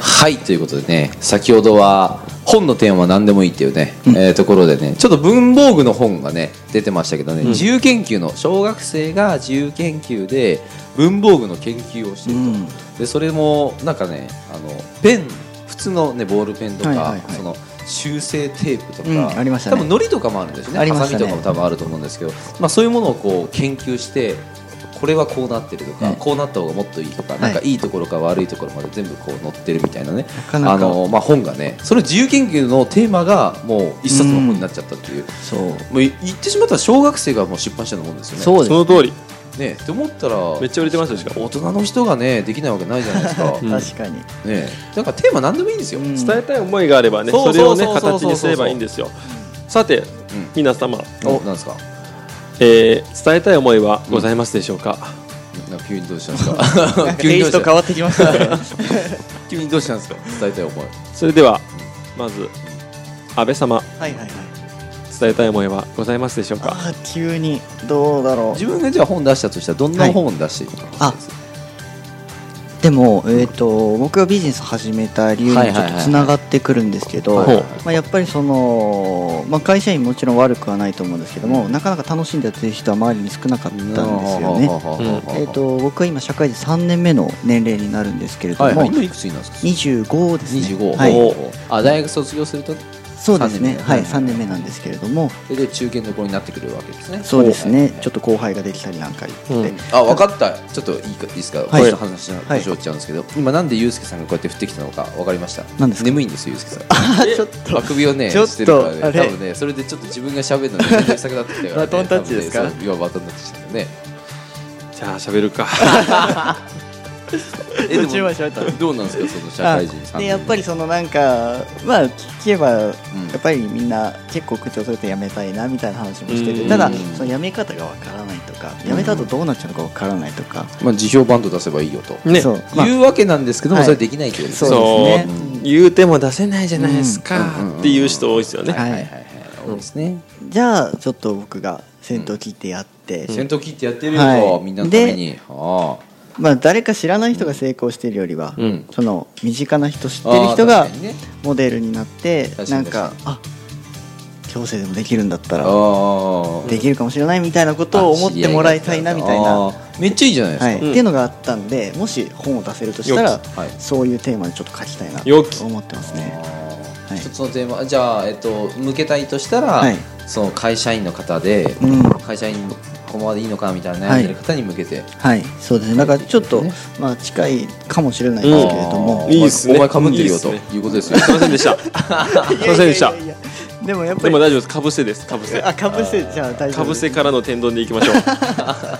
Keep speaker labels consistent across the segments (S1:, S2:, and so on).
S1: はいということでね先ほどは本のテーマは何でもいいっていうね、えーところでねちょっと文房具の本がね出てましたけどね、自由研究の小学生が自由研究で文房具の研究をしていると、
S2: うん
S1: でそれもなんかねあのペン普通の、ね、ボールペンとか、
S2: はいはいはい
S1: その修正テープとか、
S2: うんありましたね
S1: 多分のりとかもあるんですよね
S2: ありま
S1: ハ
S2: し
S1: サ
S2: た
S1: ミ
S2: ね
S1: とかも多分あると思うんですけど、まあ、そういうものをこう研究してこれはこうなってるとか、
S2: ね
S1: こうなった方がもっといいとか、
S2: い
S1: なんかいいところから悪いところまで全部こう載ってるみたいなね
S2: かなか
S1: あの、まあ、本がねそれ自由研究のテーマがもう一冊の本になっちゃったっていう、
S2: そう
S1: もうい言ってしまったら小学生がもう出版したようなもんですよね。
S2: そう
S3: その通り
S1: ねって思ったら
S3: めっちゃ売れてましたよしかも
S1: 大人の人がねできないわけないじゃないですか。
S3: ん
S2: 確かに、
S1: ねえ、なんかテーマ何でもいいんですよ。
S2: うん
S3: 伝えたい思いがあればね
S1: そう
S3: それを
S1: そ
S3: ね
S1: うそうそう
S3: 形
S1: そう
S3: にすればいいんですよさて皆様
S1: お、なんですか。
S3: えー伝えたい思いはございますでしょうか
S1: なんか急にどうしたんです
S2: な
S1: か
S2: ん。かテイスト変
S1: わ
S2: わってきましたね
S1: 急にどうしたんですか。伝えたい思い。
S3: それではまず安倍様
S2: はいはいはい
S3: 伝えたい思いはございますでしょうか
S2: あー急にどうだろう
S1: 自分がじゃあ本出したとしたらどんな本出していくの
S2: あでも、えー、と僕がビジネス始めた理由
S1: はい
S2: にち
S1: は
S2: ょ
S1: い
S2: っ
S1: はい
S2: とつながってくるんですけど、
S1: はい
S3: はいはい
S2: まあ、やっぱりその、まあ、会社員もちろん悪くはないと思うんですけども、なかなか楽しんでやってる人は周りに少なかったんですよね。えー、と僕は今社会人3年目の年齢になるんですけれども、
S1: はいはい。今いくつになるんですか。
S2: 25ですね
S1: 二十五。
S2: はい、
S1: おーあ、大学卒業すると
S2: そうですね
S1: 三年目
S2: はい、3年目なんですけれども
S1: でで中堅どころになってくるわけですね。
S2: そうです
S1: はい
S2: ねちょっと後輩ができたりなんかして、
S3: うん
S1: あ、分かった。ちょっといいかいいですか。
S2: はい
S1: ちょっと話の
S2: はい
S1: 腰折っちゃうんですけど、今なんでゆうすけさんがこうやって降ってきたのか分かりました。
S2: 何ですか
S1: 眠いんですよ、ゆうすけさん。
S2: あ ちょっ
S1: あくびをね、
S2: ちょっと
S1: してるからね、多
S2: あれ
S1: 分ね、それでちょっと自分が喋るのに面倒くさくなってきたから、ね、
S2: バトンタッチですか
S1: 多分ねそう今バトンタッチしてるね。
S3: じゃあ喋るか
S1: えでも
S2: 途中まで喋った
S1: どうなんですか、その社会人さん。
S2: でやっぱりそのなんかまあ聞けばや
S1: ん
S2: っぱりみんな結構口をそれて辞めたいなみたいな話もして
S3: う
S2: て
S3: ん
S2: ただその辞め方がわからないとか辞めた後どうなっちゃうのかわからないとか
S1: まあ、辞表バンド出せばいいよと。
S3: ね
S2: そうまあ
S1: いうわけなんですけども、
S2: は い
S1: それできないってことですね。
S2: そうですね
S1: うん
S3: 言うても出せないじゃないですか、
S1: うん
S3: っていう人多いですよね、
S1: はいはい
S2: は
S1: はい、多いですね。
S2: じゃあちょっと僕が先頭切ってやって
S1: 戦闘機ってやってるよ、
S2: はい
S1: みんなのために。あ
S2: まあ誰か知らない人が成功してるよりは
S3: うん
S2: その身近な人知ってる人が
S1: あー確かにね
S2: モデルになって
S1: 確か
S2: な
S1: に
S2: んかあ強制でもできるんだった
S1: あ
S2: ら
S1: ああ。
S2: できるかもしれないみたいなことを思ってもらいたいなみたいな
S1: あ。ー。めっちゃいいじゃないですか。
S2: はい、っていうのがあったんでもし本を出せるとしたら、
S3: よ
S1: はい
S2: そういうテーマでちょっと書きたいな
S3: よき
S2: と思ってますね
S1: あー
S2: はい
S1: 一つのテーマじゃあ、えっと、向けたいとしたら、
S2: はい
S1: その会社員の方で、
S2: うん
S1: 会社員このままでいいのかみたいな悩んでる方に向けて、
S2: はいそうですねだからちょっと、
S1: ね
S2: まあ近いかもしれないですけれど
S1: あ
S2: も
S1: ー
S3: いいっすね
S1: お前かぶってるよと
S3: いいっす
S1: いうことですよ
S3: すいませんでしたすいませんでし た
S2: いやいやいやでもやっぱ
S3: で
S2: り
S3: も大丈夫ですかぶせですかぶせ
S2: あかぶせじゃあ大丈夫
S3: かぶせからの天丼でいきま しょう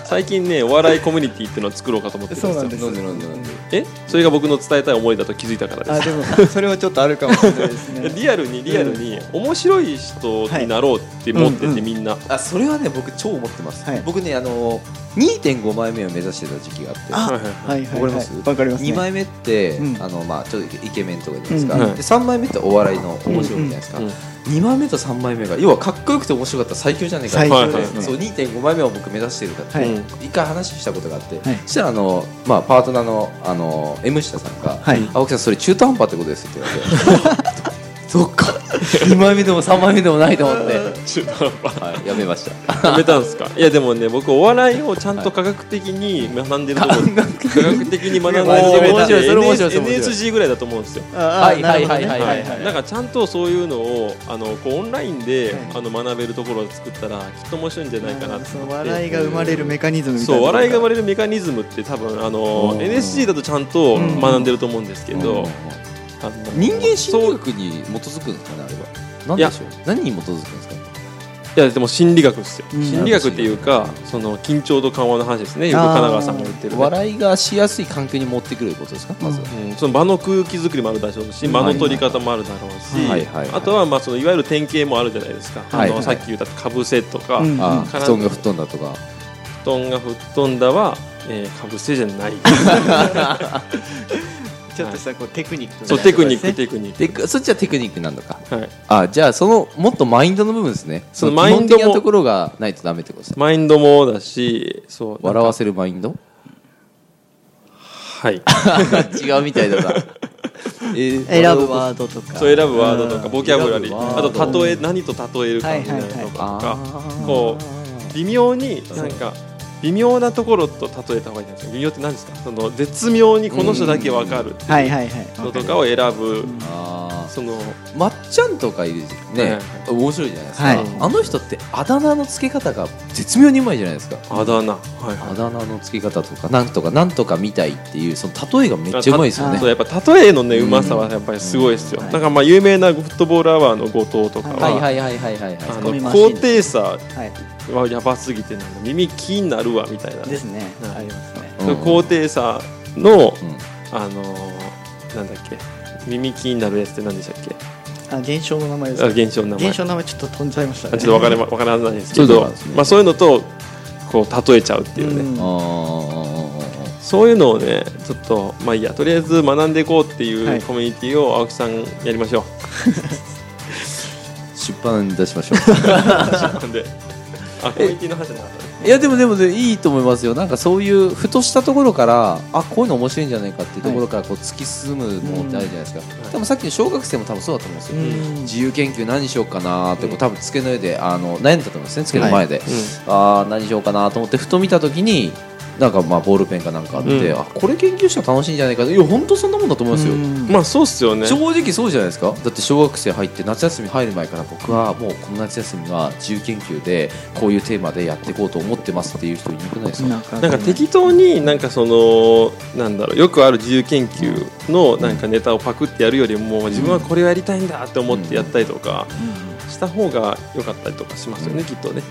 S3: 最近ねお笑いコミュニティっていうのを作ろうかと思ってるんです
S2: そうな
S3: よ
S2: んで
S1: 飲
S2: す
S1: んで飲んで飲んで
S3: えそれが僕の伝えたい思いだと気づいたからです
S2: あ でもそれはちょっとあるかもしれないですね
S3: リアルにリアルに面白い人になろうって思って
S2: はいうん
S3: て
S2: うん
S3: みんな、
S1: あそれはね僕超思ってます、
S2: はい
S1: 僕ねあの2.5枚目を目指してた時期があって
S2: あ
S3: はいはいは
S2: はいは
S1: わか
S2: いは
S1: り
S2: い
S1: ます
S2: わかりますね
S1: 2枚目って、
S2: うん
S1: あのまあ、ちょっとイケメンとかじゃないですか、
S2: うん
S1: で3枚目ってお笑いの面白いじゃないですか、
S3: うんうん
S1: 2枚目と3枚目が要はかっこよくて面白かったら最強じゃないか
S2: 最
S1: と
S2: 強ですね、
S1: そう2.5枚目を僕目指してるから、
S2: はい
S3: うん
S1: 一回話したことがあって、
S2: はい
S1: そしたらあの、まあ、パートナーのあの M 下さんが、
S2: はい
S1: 青木さんそれ中途半端ってことです」って言われ てそっか2枚目でも3枚目でもないと思って、
S3: 中途半端
S1: はい、やめました
S3: やめたんですかいやでもね僕お笑いをちゃんと科学的に学んでるところ、科学的に学んでると
S1: 真
S3: こ
S1: 面目
S3: ろ
S1: だ
S3: って
S1: それ面白いそれ面白い
S3: NS NSG ぐらいだと思うんですよ
S2: あー
S1: はい
S2: なるほどね
S1: はいはいはいはい
S3: なんかちゃんとそういうのをあのこうオンラインで、
S2: はい
S3: あの学べるところを作ったらきっと面白いんじゃないかな
S2: あー
S3: って
S2: そ
S3: 思っ
S2: う
S3: て
S2: 笑いが生まれるメカニズムみたい
S3: そ
S2: な
S3: う笑いが生ま
S2: れ
S3: れるメカニズムって多分あ
S1: う
S3: の
S1: ん
S3: NSC だとちゃんと学んでると思うんですけど、あの
S1: 人間心理
S3: そう
S1: 学に基づくんですかねあれは何でしょう何に基づくんですか
S3: いやでも心理学ですよ、
S2: うん
S3: 心理学っていうかその緊張と緩和の話ですねよく神奈川さんが言ってる、ね
S1: 笑いがしやすい環境に持ってくることですかまず、
S3: うん、その場の空気作りもあるだろうし
S1: うん
S3: 場の取り方もあるだろうし、
S1: はいはいはい
S3: あとはまあそのいわゆる典型もあるじゃないですか、
S1: はい
S3: あ
S1: は
S3: の
S1: い
S3: さっき言ったかぶせとか、
S2: うん
S3: 布
S1: あ
S3: 体
S1: 布団が吹っ飛んだとか
S3: 団が吹っ飛んだは、えー、かぶせじ ゃない
S2: ちょっとしたこうテクニックみた
S3: そ
S2: いうな
S3: テクニック
S2: とこ
S3: テクニック、
S1: でそっちはテクニックなんだか
S3: はい、
S1: あじゃあそのもっとマインドの部分ですね
S3: その
S1: その基本的
S3: マイン
S1: な
S3: ドも
S1: ところがないとダメってことですね
S3: マインドもだしそうなんか
S1: 笑わせるマインド
S3: はい
S1: 違うみたいだな え
S2: 選ぶワードとか
S3: そう選ぶワードとかボキャブラリ
S1: 選
S3: ー
S1: ぶワ
S3: あ
S1: ード
S3: と例え何と例えるかみたいなのとかこう微妙になんか微妙なところと例えた方がいいんですよ微妙って何ですかその絶妙にこの人だけ分かる
S2: はいはいはい
S3: 人とかを選ぶ
S1: あ
S3: その
S1: ーまっちゃんとかいるじゃんね、面白いじゃないですか、
S2: はい
S1: あの人ってあだ名の付け方が絶妙にうまいじゃないですか
S3: あだ名はい
S1: あ
S3: は
S1: だ名の付け方とかなんとかなんとかみたいっていうその例えがめっちゃうまいですよ
S3: い
S1: ね
S3: そうやっぱ例えのねうまさはやっぱりすごいですよ
S2: うん
S3: だからまあ有名なフットボールアワーの後藤とか
S1: はい
S3: は
S1: はいはいはいはいは
S3: あの
S2: ツッコミマシーン
S3: 高低差
S2: はい
S3: はやばすぎてなんか耳気になるわみたいな
S2: ですね
S3: はい
S2: ありますね
S1: い、うん
S3: 高低差の
S1: うん
S3: あのーなんだっけ耳気になるやつって何でしたっけ
S2: あ現象の名前です
S3: あ
S2: ね
S3: 現象の名前
S2: 現象の名前ちょっと飛んじゃいました
S3: あ
S2: ね
S3: ちょっと分かれま分からないですけ
S1: そう
S3: ど
S1: なんですね
S3: まあ、そういうのとこう例えちゃうっていうね、
S2: うん
S1: あー
S3: そういうのをねちょっとまあいいやとりあえず学んでいこうって
S2: はいいう
S3: コミュニティを青木さんやりま しょ
S1: 出版に出しましょう
S3: うであコミュニティの話じゃなかったね
S1: いやでもでもでいいと思いますよなんかそういうふとしたところからあこういうの面白いんじゃないかっていうところからこう突き進むものってあるじゃないですか、
S3: うん
S1: 多分さっきの小学生も多分そうだと思うんですよ、
S2: うん
S1: 自由研究何しようかなってこ
S3: う
S1: うん多分机の上であの悩んでたと思うんですね机の前で、あー何しようかなと思ってふと見た時になんかまあボールペンかなんかあって、
S3: うん
S1: あこれ研究したら楽しいんじゃないかいや本当そんなもんだと思いますよ、
S2: うん
S3: まあそうっすよね
S1: 正直そうじゃないですかだって小学生入って夏休み入る前から僕はもうこの夏休みは自由研究でこういうテーマでやっていこうと思ってますっていう人いなくないですか、
S2: んか
S3: なんか適当になんかそのなんだろうよくある自由研究のなんかネタをパクってやるよりも自分はこれをやりたいんだって思ってやったりとかした方が良かったりとかしますよね、
S1: うん
S3: きっとね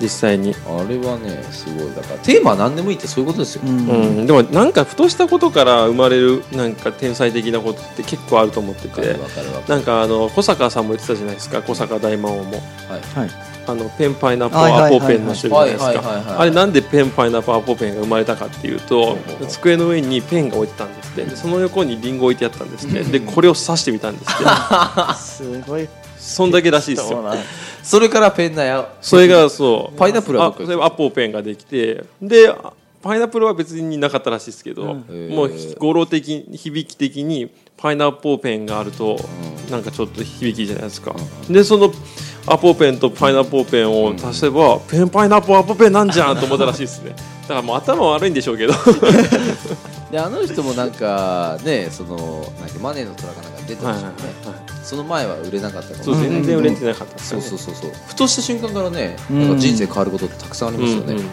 S3: 実際に、
S1: あれはねすごいだからテーマは何でもいいってそういうことですよ、
S2: うん
S3: う
S2: うん
S3: ん、でもなんかふとしたことから生まれるなんか天才的なことって結構あると思って
S1: わかる
S3: て
S1: わかるわか
S3: なんかあの小坂さんも言ってたじゃないですか小坂大魔王も
S1: るはい
S2: はい
S3: あのペンパイナップ
S2: はい
S3: ア
S2: はいはい
S3: ポ
S2: はい
S3: ペンの人いるじゃないです
S1: はいはいはいはい
S3: かあれなんでペンパイナップアポペンが生まれたかっていうと
S1: ほうほう
S3: 机の上にペンが置いてたんですってでその横にリンゴ置いてあったんですってでこれを刺してみたんで すって
S2: すごい
S3: そんだけらしいですよ
S1: それからペンダや
S3: それがそう
S1: パイナップルは
S3: あ
S1: 僕
S3: それはアポペンができてであパイナップルは別になかったらしいですけど、
S1: ん
S3: もう
S1: へー
S3: 語呂的に響き的にパイナップルペンがあると、なんかちょっと響きじゃないですか、でそのアポペンとパイナップルペンを足せば、ペンパイナップルアポペンなんじゃんと思ったらしいですね だからもう頭悪いんでしょうけど
S1: であの人もなんかねそのなんかマネーの虎かなんかに出てましたよね、その前は売れなかったから
S3: そう全然売れてなかったです
S1: そ
S3: よ
S1: う
S3: ね
S1: そうそうそうふとした瞬間からね
S2: うん
S1: なんか人生変わることってたくさんありますよね、
S3: うんうん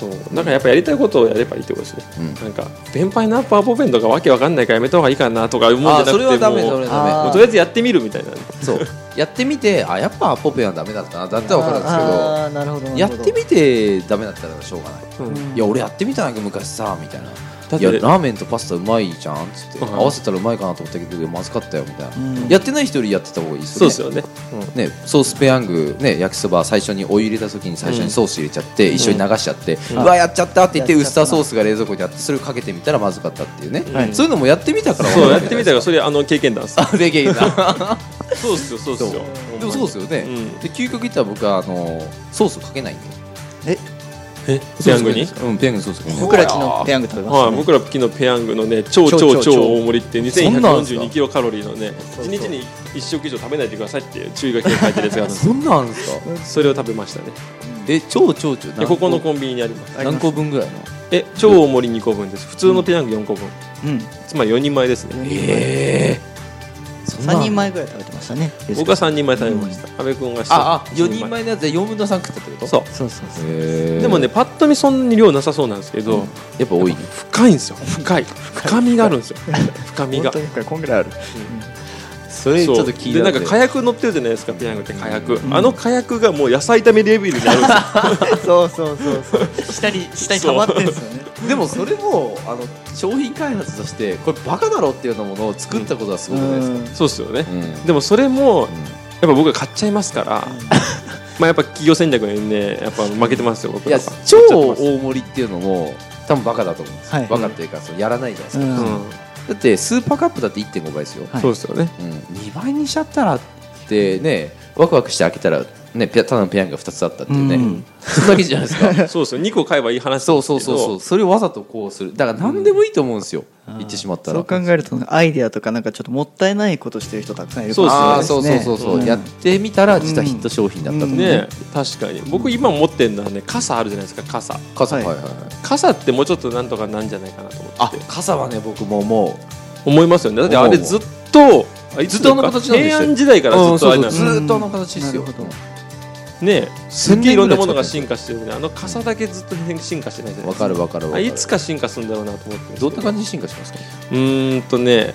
S3: そうだからやっぱやりたいことをやればいいってことですね、
S1: うん
S3: なんかペンパイナップルアポペンとかわけわかんないからやめた方がいいかなとか思うんじゃ
S1: あ
S3: な
S1: ー
S3: くて
S1: それはダメ
S3: もう
S1: それはダメ
S2: あー
S3: もうとりあえずやってみるみたいな
S1: そうやってみてあやっぱポペンはダメだったなだったら分かるんですけど
S2: あーなるほどなるほど
S1: やってみてダメだったらしょうがない、
S3: うん
S1: いや俺やってみたんだけど昔さみたいな
S3: だっ
S1: いや
S3: て
S1: ラーメンとパスタうまいじゃんっつって、
S3: うん
S1: 合わせたらうまいかなと思ったけどまずかったよみたいな、
S2: うん
S1: やってない人よりやってた方がいいです
S3: そう
S1: よね
S3: ですよね、
S1: ね、ソースペヤング、ね、焼きそば最初にお湯入れた時に最初にソース入れちゃって、一緒に流しちゃって、うわやっちゃったって言って
S2: や
S1: ウ
S2: っちゃ
S1: スタ
S2: った
S1: ー
S2: な
S1: ソースが冷蔵庫にあってそれをかけてみたらまずかったっていうね、
S2: はい
S1: そういうのもやってみたから
S3: そうやってみたらそ
S1: れ
S3: れあの経験談です
S1: できるな
S3: そうっすよそうっす
S1: そ
S3: よ
S1: う
S3: ほんまに
S1: でもそうですよね、
S3: うん
S1: で究極言ったら僕はあのソースかけないんで
S2: え
S3: えペヤングに
S1: うんペヤングにソースかけない
S2: 僕ら昨日ペヤング食べました
S3: はい、
S2: ね
S3: 僕ら昨日ペヤングのね超
S2: 超
S3: 超
S2: 超
S3: 超大盛りって
S1: そんなんあるんすか
S3: 2142キロカロリーのね
S2: そう
S3: 一日に1食以上食べないでくださいっていう注意書きが書いてるやつがあるんです
S1: そんなんあるんですか
S3: それを食べましたね
S1: え超超超
S3: でここのコンビニにあります
S1: 何個分ぐらいの
S3: え超大盛り2個分です普通のペヤング4個分
S2: うん
S3: つまり4人前ですね
S1: ええそんな
S2: 3人前ぐらい食べてましたね
S3: 僕は3人前食べました阿部君が
S1: ああ
S3: 一
S1: 4人前のやつで4分の3食ったってこと
S3: そう
S2: そうそうそう
S1: へー
S3: でもねパッと見そんなに量なさそうなんですけど
S1: やっぱ多いね
S3: 深いんですよ深い深みがある んですよ深みが
S2: 本当にこれこんぐらいある
S1: それちょっと聞い
S3: で
S1: た
S3: なん
S1: で
S3: か火薬乗ってるじゃないですかペヤングって火薬、
S2: うん
S3: あの火薬がもう野菜炒めレベルにな るんですよ
S2: そうそうそうそう下に下に溜まってるんですよね
S1: でもそれもあの商品開発としてこれバカだろっていうようなものを作ったことはすごくないですか、
S3: そうですよね、
S1: うん
S3: でもそれもやっぱ僕は買っちゃいますから、 まあやっぱ企業戦略にねやっぱ負けてますよ僕
S1: いや
S3: やっぱ
S1: 超
S3: 買っちゃってます
S1: 大盛りっていうのも多分バカだと思うんです、
S2: はい
S1: バカっていうかそのやらないじゃないですか、
S2: うん
S1: だってスーパーカップだって1.5倍ですよ、
S2: はい
S3: うん、そうですよね
S1: うん、2倍にしちゃったらってねワクワクして開けたらね、ピアただのペヤングが2つあったっていうね、それだけじゃないですか
S3: そうですよ2個買えばいい話
S1: そうそうそうそうそれをわざとこうするだから何でもいいと思うんですよ、言ってしまったら
S2: そう考えるとアイデアとかなんかちょっともったいないことしてる人たくさんいるか
S3: そうですね
S1: あ
S2: ら
S1: あそうそうそうそう、
S2: ん
S1: やってみたら実はヒット商品だったとかね、
S3: ね確かに僕今持ってるのはね傘あるじゃないですか傘
S1: 傘は
S2: はいい
S1: はいはい
S3: 傘ってもうちょっとなんとかなんじゃないかなと思って
S1: あ傘はね僕もも
S3: 思いますよねだってあれずっとあいつ
S1: ずっとあの形なんですよ
S3: 平安時代からず
S1: う
S3: っとあれな
S1: うんん
S3: で
S1: そうそ
S3: す
S1: う
S3: よ
S1: ずーっとあの形ですよ
S2: なるほど
S3: ねすっげえいろんなものが進化してるのにあの傘だけずっと進化してないじゃ
S1: うわ
S3: ないですか
S1: かるわかるわ
S3: あ
S1: かる
S3: いつか進化するんだろうなと思って
S1: どんな感じに進化しますか
S3: うーんとね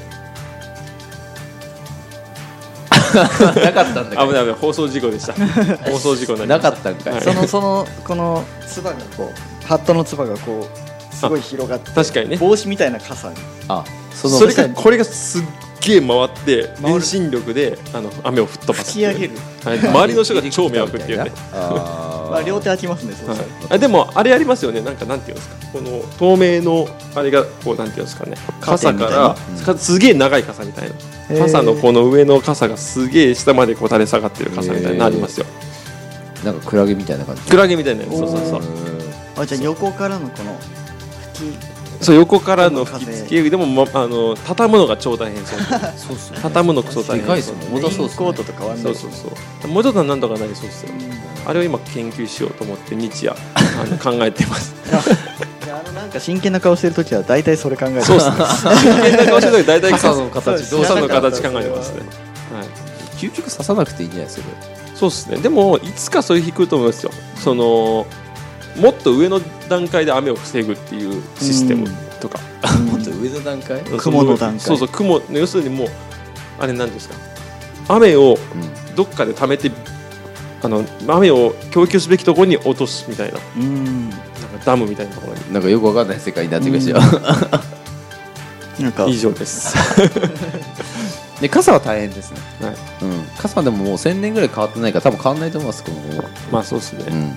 S1: なかったんだけ
S3: 危 ない危ない放送事故でした 放送事故に
S1: どな
S3: なりま
S1: か
S3: し
S1: ったたんかい、
S3: はい
S2: そのそのこのつばがこうハットのつばがこうすごい広がって
S3: 確かにね
S2: 帽子みたいな傘に
S1: あその
S3: それがこれがすっげえ回って遠心力であの雨を吹っ飛ばす
S2: 吹き上げる、
S3: はい周りの人が超迷惑っていうね
S1: あー
S2: まあ、両手開きますねそう
S3: は
S2: す
S3: い
S2: ると、
S3: あでもあれありますよねなんかなんていうんですかこの透明のあれがこうなんていうんですかね
S2: カーテ
S3: 傘
S2: ンみた
S3: か
S2: いな
S3: ら、かすげえ長い傘みたいな
S2: へー
S3: 傘のこの上の傘がすげえ下までこう垂れ下がってる傘みたいになりますよ
S1: なんかクラゲみたいな感じ
S3: クラゲみたいなやつそうそうそう
S2: おーあじゃあ横からのこの吹き
S3: そう横からの吹き付けでも、ま、あの畳むのが超大変そう
S1: そうっす
S3: 畳むのクソ大変
S1: でかいっすもん重たそうっすね
S2: レインコートとかは
S3: そうそうそうもうちょっとなんとかなりそうですよあれを今研究しようと思って日夜あの考えてます
S2: いやあのなんか真剣な顔してる時は大体それ考えてる
S3: そうですね真剣な顔してる時大体
S1: 傘の形
S2: そ
S1: ど
S2: う
S1: う
S2: です
S3: 傘
S1: し
S3: の
S1: のか
S2: か
S3: 形考えてますねはい
S1: 究極刺さなくていいんじゃないですかこれ
S3: そうですねでもいつかそういう日来ると思いますよそのもっと上の段階で雨を防ぐっていうシステムとか、
S1: もっと上の段階うん
S3: その
S2: 雲の段階
S3: そうそう雲要するにもうあれなんですか雨をどっかで溜めてあの雨を供給すべきところに落とすみたいな
S2: うん
S3: なんかダムみたいなところに
S1: なんかよくわかんない世界になってくるし
S2: うんなんか
S3: 以上です、
S1: で傘は大変ですね
S3: はい、
S1: うん傘でももう1000年ぐらい変わってないから多分変わんないと思いますこの後は
S3: まあそうですね、
S1: うん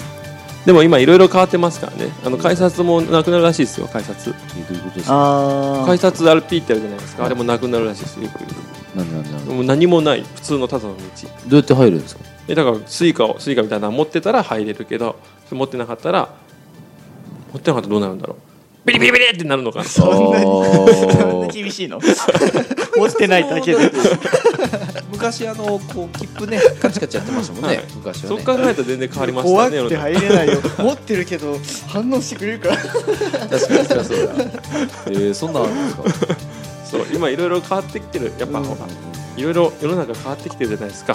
S3: でも今いろいろ変わってますからねあの改札もなくなるらしいですよ改札
S1: どういうことですか
S2: あ
S3: 改札 RP ってあるじゃないですかあれもなくなるらしいですよよく
S1: なんなんなんど
S3: もう何もない普通のただの道
S1: うやって入るんですか
S3: えだからスイカをスイカみたいなの持ってたら入れるけど持ってなかったら持ってなかったらどうなるんだろうビリビリビリってなるのかな
S2: そんなにそん
S1: あ
S2: な
S1: ー
S2: 厳し いの持ってないだけで
S1: 昔あのこう切符 ねカチカチやってましたもん
S3: は
S1: ね
S3: い
S1: 昔は
S3: そう
S1: ね
S3: 考えたら全然変わりまし
S2: 怖
S3: た
S2: く
S3: ね
S2: て入れないよ持ってるけど反応してくれるから
S1: 確かに そりゃそうだえーそんなんあるんですか
S3: そう今いろいろ変わってきてるやっぱほらいろいろ世の中変わってきてるじゃないですか、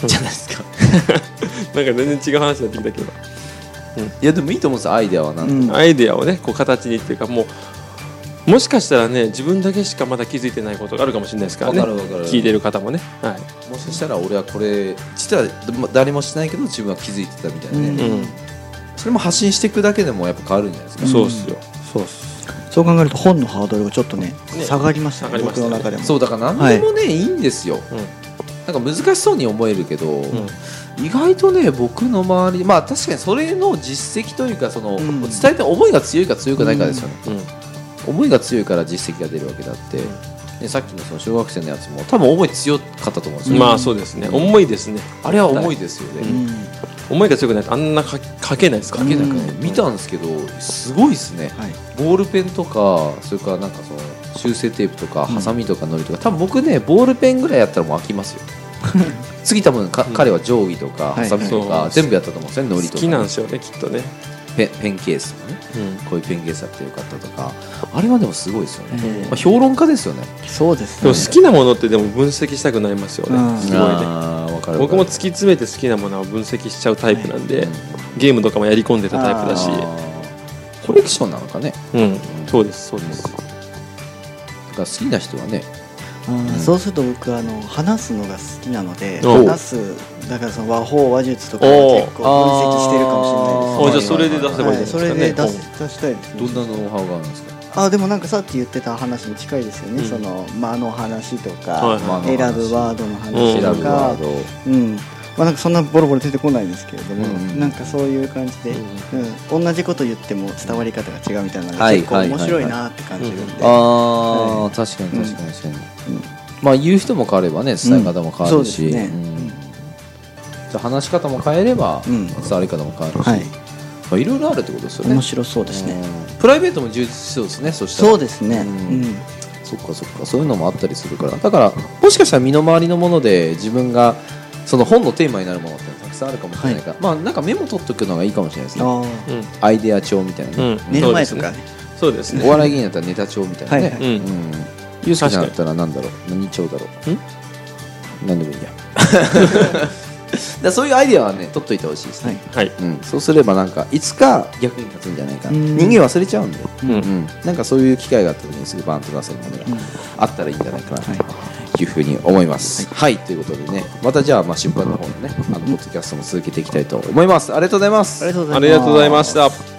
S1: うん
S3: じゃないですかなんか全然違う話になってきたけど
S1: いやでもいいと思うんですよアイデアはなんでも
S3: アイデアをねこう形にっていうかもうもしかしたらね自分だけしかまだ気づいてないことがあるかもしれないですからね
S1: わかるわかる
S3: 聞いてる方もね、はい、
S1: もしかしたら俺はこれ実はま誰もしないけど自分は気づいてたみたいなね、
S2: うん
S3: うん、
S1: それも発信していくだけでもやっぱ変わるんじゃないですか、
S3: そうっすよそうっす
S2: そう考えると本のハードルがちょっとね
S3: ね
S2: 下がりました
S3: 下が
S2: ね
S3: りま
S2: 僕
S3: したね
S2: の中でも
S1: そうだから何でもね、い、いんですよ、なんか難しそうに思えるけど、
S3: ん
S1: 意外とね僕の周りまあ確かにそれの実績というかその、
S2: ん
S1: 伝えた思いが強いか強くないかですよね、
S3: うん
S1: 思いが強いから実績が出るわけだって、ねさっきのその小学生のやつも多分思い強かったと思うんですよ、
S3: まあそうですね、重いですね
S1: あれは重いですよね、
S2: うん
S3: 思いが強くないとあんな書書けないですから
S1: かけなく
S2: うん
S1: 見たんですけどすごいですね
S2: はい
S1: ボールペンとかそれからなんかその修正テープとかハサミとかのりとか、多分僕ねボールペンぐらいやったらもう飽き ますよ次多分か、彼は定規とか
S2: い
S1: ハサミと
S3: は
S1: か
S3: い
S1: 全部やったと思うんですよねのり
S3: 好
S1: と
S3: きなん
S1: か
S3: ですよねきっとね、
S1: ペンペンケースとかねこういうペンケースやってよかったとかあれはでもすごいですよね、
S2: え
S1: まあ、評論家ですよね
S2: そうです
S3: でも
S2: ね
S3: 好きなものってでも分析したくなりますよね、
S2: うん
S3: すごいね
S1: あーわかるわか
S3: 僕
S1: る
S3: も突き詰めて好きなものは分析しちゃうタイプなんで、ゲームとかもやり込んでたタイプだし、
S1: あーコレクションなのかね
S3: うん、そうですそうです、
S1: だから好きな人はね
S2: うんそうすると僕はあの話すのが好きなので
S3: おう
S2: 話すだからその和法話術とかを結構分析してるかもしれない
S3: あ
S2: で
S3: じゃあそれで出せばいいじゃない
S2: ね
S3: ですすか
S2: は
S3: ね
S2: いそれで出し出したいですね
S1: どんなノウハウがあるんですか
S2: あでもなんかさっき言ってた話に近いですよね、
S3: うん
S2: その間の話とか、
S3: はい
S1: 間の話
S2: 選ぶワードの
S3: うん
S2: 話
S1: 選
S2: と
S1: ぶ
S2: か
S1: ワー、ド
S2: うんまあ、なんかそんなボロボロ出てこないんですけれども、
S1: うん
S2: なんかそういう感じで、
S3: う
S2: うん同じこと言っても伝わり方が違うみたいなのが
S1: はい
S2: 結構
S1: はい
S2: 面白いなって感じるんで、
S1: ああ、確かに確かに確かに、まあ言う人も変わればね伝え方も変わるし、
S2: うんそうですね
S1: うんじゃあ話し方も変えれば、
S2: うん
S1: 伝わり方も変わるし、
S2: はい
S1: まあ、いろいろあるってことですよね
S2: 面白そうですね、
S1: うんプライベートも充実しそうですねそしたら
S2: そうですね、
S1: うん
S2: うん
S1: そっかそっかそういうのもあったりするからだからもしかしたら身の回りのもので自分がその本のテーマになるものってたくさんあるかもしれないから、まあなんかメモ取っとくのがいいかもしれないですね
S2: あ
S3: うんうん
S1: アイデア帳みたいなね、
S3: うん
S2: 寝る前とかね
S3: そうですね
S1: お笑い芸人だったらネタ帳みたいなね、
S2: はい
S3: はい
S1: うんユースケさんだったら何だろう何帳だろう何で もいいやだからそういうアイデアはね取っといてほしいですね、
S2: はい
S3: はい
S1: うん、そうすればなんかいつか役に立つんじゃないかな
S2: うん
S1: 人間忘れちゃうんで、う
S3: う
S1: んん、なんかそういう機会があった時にすぐバーンと出せるものがあったらいいんじゃないかな
S2: はい
S1: というふうに思いますはい、ということでねまたじゃあまあ出版の方のねあのポッドキャストも続けていきたいと思いますありがとうございます
S2: ありがとうございます
S3: ありがとうございました